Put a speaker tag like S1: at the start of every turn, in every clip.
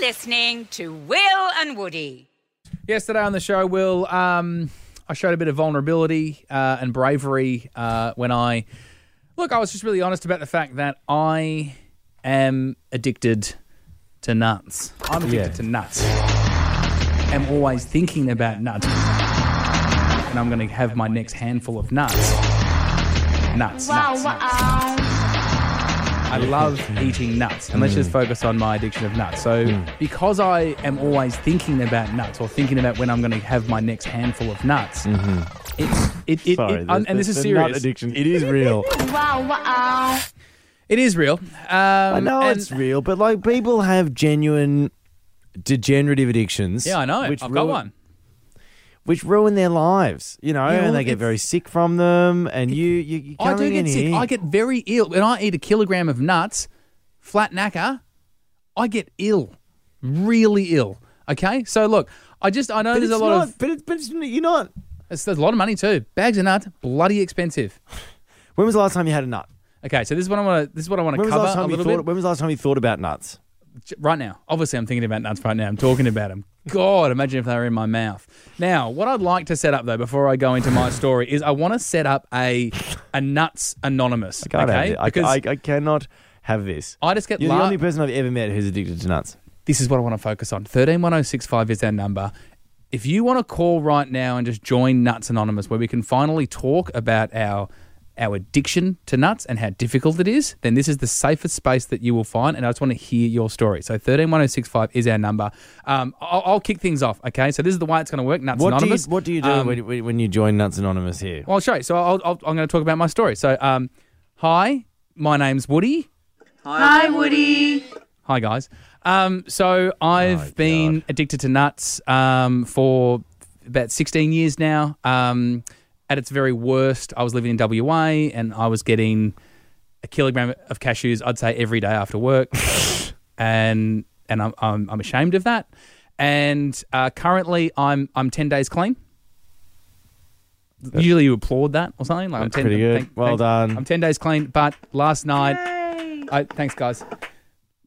S1: listening to Will and Woody.
S2: Yesterday on the show, Will, um, I showed a bit of vulnerability uh, and bravery uh, when I. Look, I was just really honest about the fact that I am addicted to nuts. I'm addicted
S3: Yeah.
S2: to nuts. I'm always thinking about nuts. And I'm going to have my next handful of nuts. Nuts. nuts, nuts. I love eating nuts, and let's just
S3: Mm.
S2: focus on my addiction of nuts. So, because I am always thinking about nuts or thinking about when I'm going to have my next handful of nuts, it's it, it,
S3: Mm-hmm. Sorry,
S2: it- and, and this is serious.
S3: addiction. It is real.
S2: it is real. Um,
S3: I know
S2: and-
S3: it's real, but like people have genuine degenerative addictions.
S2: Yeah, I know. I've
S3: Which
S2: got
S3: ruin-
S2: one.
S3: Which ruin their lives, you know,
S2: well,
S3: and they get
S2: it's-
S3: very sick from them. And you, you, you
S2: I do
S3: coming in
S2: get sick.
S3: here-
S2: I get very ill when I eat a kilogram of nuts, flat knacker. I get ill, really ill. Okay, so look, I just I know
S3: But
S2: there's a
S3: it's
S2: lot
S3: not,
S2: of
S3: But, it, but it's, you're not.
S2: it's, there's a lot of money too. Bags of nuts, bloody expensive.
S3: When was the last time you had a nut?
S2: Okay, so this is what I want to this is what I want to
S3: When was, the
S2: cover
S3: last
S2: a
S3: time you
S2: little
S3: thought,
S2: bit.
S3: when was the last time you thought about nuts?
S2: J- right now. Obviously, I'm thinking about nuts right now. I'm talking about them. God, imagine if they were in my mouth. Now, what I'd like to set up though, before I go into my story, is I want to set up a a nuts anonymous.
S3: Can't have
S2: okay,
S3: it. I,
S2: because
S3: I, I cannot have this.
S2: I just get
S3: You're the
S2: la-
S3: only person I've ever met who's addicted to nuts.
S2: this is what I want to focus on. Thirteen one zero six five is our number. If you want to call right now and just join Nuts Anonymous, where we can finally talk about our our addiction to nuts and how difficult it is, then this is the safest space that you will find. And I just want to hear your story. So thirteen one zero six five is our number. Um, I'll, I'll kick things off. Okay, so this is the way it's going to work. Nuts
S3: What do, you,
S2: Anonymous.
S3: what do you do
S2: Um,
S3: when, when when you join Nuts Anonymous here?
S2: well, I'll show you. So I'll, I'll, I'm going to talk about my story. So, um, hi, my name's Woody. Hi, Woody. Hi, guys. Um, so I've been addicted to nuts um, for about 16 years now. Um, at its very worst, I was living in WA and I was getting a kilogram of cashews, I'd say, every day after work. and and I'm, I'm, I'm ashamed of that. And uh, currently, I'm, I'm 10 days clean. Usually you applaud that or something. Like I'm
S3: That's
S2: 10,
S3: pretty good.
S2: thank-
S3: Well
S2: thank-
S3: done.
S2: I'm 10 days clean, but last night, I, thanks guys.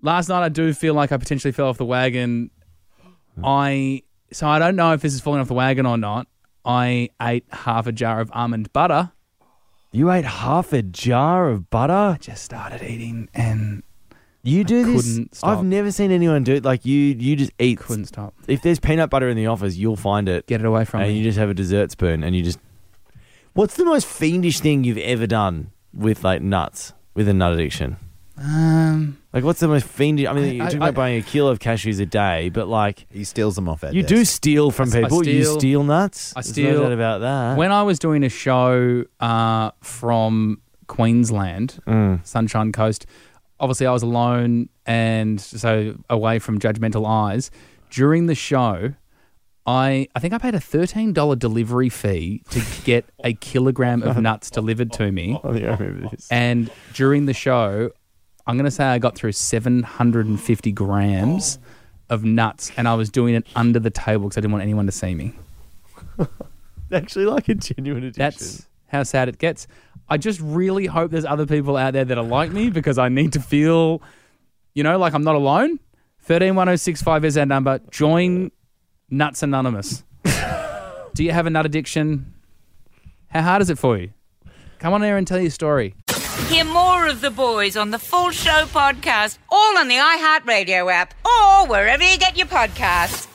S2: Last night I do feel like I potentially fell off the wagon. I so I don't know if this is falling off the wagon or not. I ate half a jar of almond butter.
S3: You ate half a jar of butter.
S2: Just started eating and
S3: You do this.
S2: couldn't stop.
S3: I've never seen anyone do it. Like you, you just eat.
S2: couldn't stop.
S3: If there's peanut butter in the office, you'll find it,
S2: Get it away from
S3: and
S2: me.
S3: you just have a dessert spoon, and you just. What's the most fiendish thing you've ever done with like nuts? With a nut addiction,
S2: um,
S3: like what's the most fiendish? I mean,
S2: I-
S3: you're
S2: I-
S3: talking
S2: I-
S3: about buying a kilo of cashews a day, but like
S4: He steals them off our
S3: you
S4: desk.
S3: do steal from
S2: I
S3: people.
S2: steal.
S3: you steal nuts.
S2: I
S3: There's
S2: steal.
S3: No doubt about that.
S2: when I was doing a show uh, from Queensland, Sunshine Coast, obviously I was alone and so away from judgmental eyes. During the show, I I think I paid a thirteen dollar delivery fee to get a kilogram of nuts delivered to me.
S3: I think I remember this.
S2: And during the show, I'm going to say I got through 750 grams of nuts, and I was doing it under the table because I didn't want anyone to see me.
S3: Actually, like a genuine addiction.
S2: That's how sad it gets. I just really hope there's other people out there that are like me because I need to feel, you know, like I'm not alone. 131065 is our number. Join Nuts Anonymous. Do you have a nut addiction? How hard is it for you? Come on here and tell your story.
S1: Hear more of the boys on the Full Show podcast, all on the iHeartRadio app, or wherever you get your podcasts.